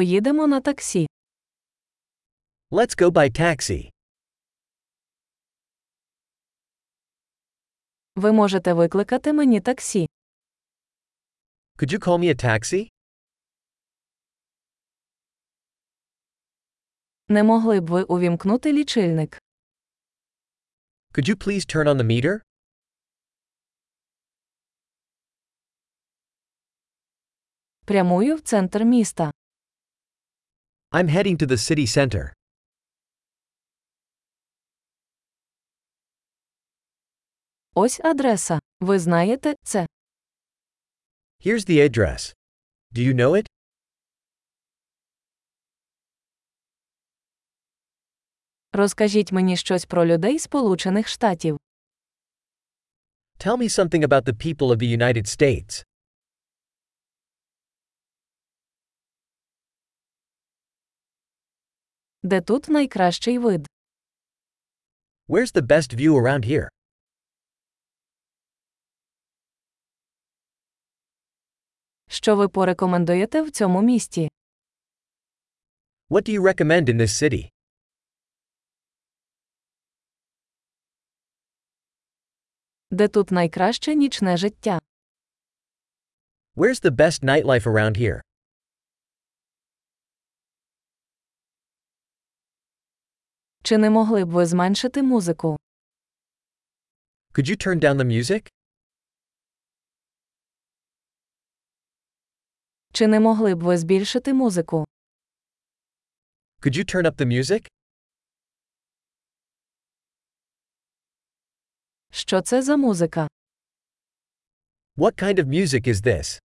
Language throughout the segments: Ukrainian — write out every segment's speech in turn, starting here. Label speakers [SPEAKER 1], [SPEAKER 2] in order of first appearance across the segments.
[SPEAKER 1] Поїдемо на таксі.
[SPEAKER 2] Let's go by taxi.
[SPEAKER 1] Ви можете викликати мені таксі.
[SPEAKER 2] Could you call me a taxi?
[SPEAKER 1] Не могли б ви увімкнути лічильник?
[SPEAKER 2] Could you please turn on the meter?
[SPEAKER 1] Прямую в центр міста.
[SPEAKER 2] I'm heading to the city center.
[SPEAKER 1] Ось адреса. Ви знаєте це.
[SPEAKER 2] Here's the address. Do you know it?
[SPEAKER 1] Розкажіть мені щось про людей Сполучених Штатів.
[SPEAKER 2] Tell me something about the people of the United States.
[SPEAKER 1] Де тут найкращий вид?
[SPEAKER 2] Where's the best view around here?
[SPEAKER 1] Що ви порекомендуєте в цьому місті?
[SPEAKER 2] What do you recommend in this city?
[SPEAKER 1] Де тут найкраще нічне життя?
[SPEAKER 2] Where's the best nightlife around here?
[SPEAKER 1] Чи не могли б ви зменшити музику?
[SPEAKER 2] Could you turn down the music?
[SPEAKER 1] Чи не могли б ви збільшити музику?
[SPEAKER 2] Could you turn up the music?
[SPEAKER 1] Що це за музика?
[SPEAKER 2] What kind of music is this?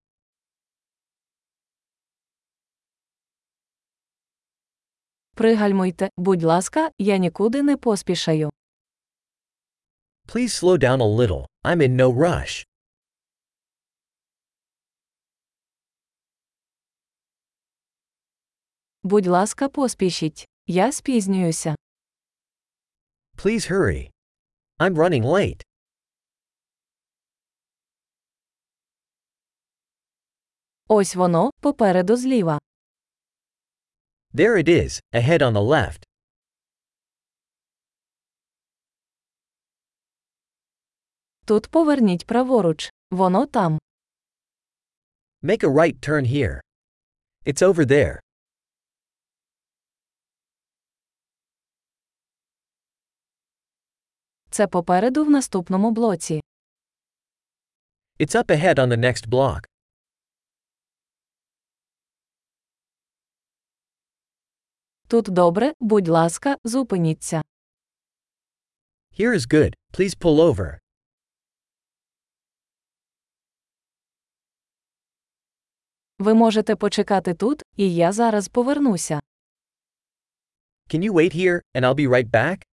[SPEAKER 1] Пригальмуйте, будь ласка, я нікуди не поспішаю.
[SPEAKER 2] Please slow down a little. I'm in no rush.
[SPEAKER 1] Будь ласка, поспішіть. Я спізнююся.
[SPEAKER 2] Please hurry. I'm running late.
[SPEAKER 1] Ось воно, попереду зліва.
[SPEAKER 2] There it is, ahead on the left.
[SPEAKER 1] Тут поверніть праворуч. Воно там.
[SPEAKER 2] Make a right turn here. It's over there.
[SPEAKER 1] Це попереду в наступному блоці.
[SPEAKER 2] It's up ahead on the next block.
[SPEAKER 1] Тут добре, будь ласка, зупиніться.
[SPEAKER 2] Here is good, please pull over.
[SPEAKER 1] Ви можете почекати тут, і я зараз повернуся.
[SPEAKER 2] Can you wait here, and I'll be right back?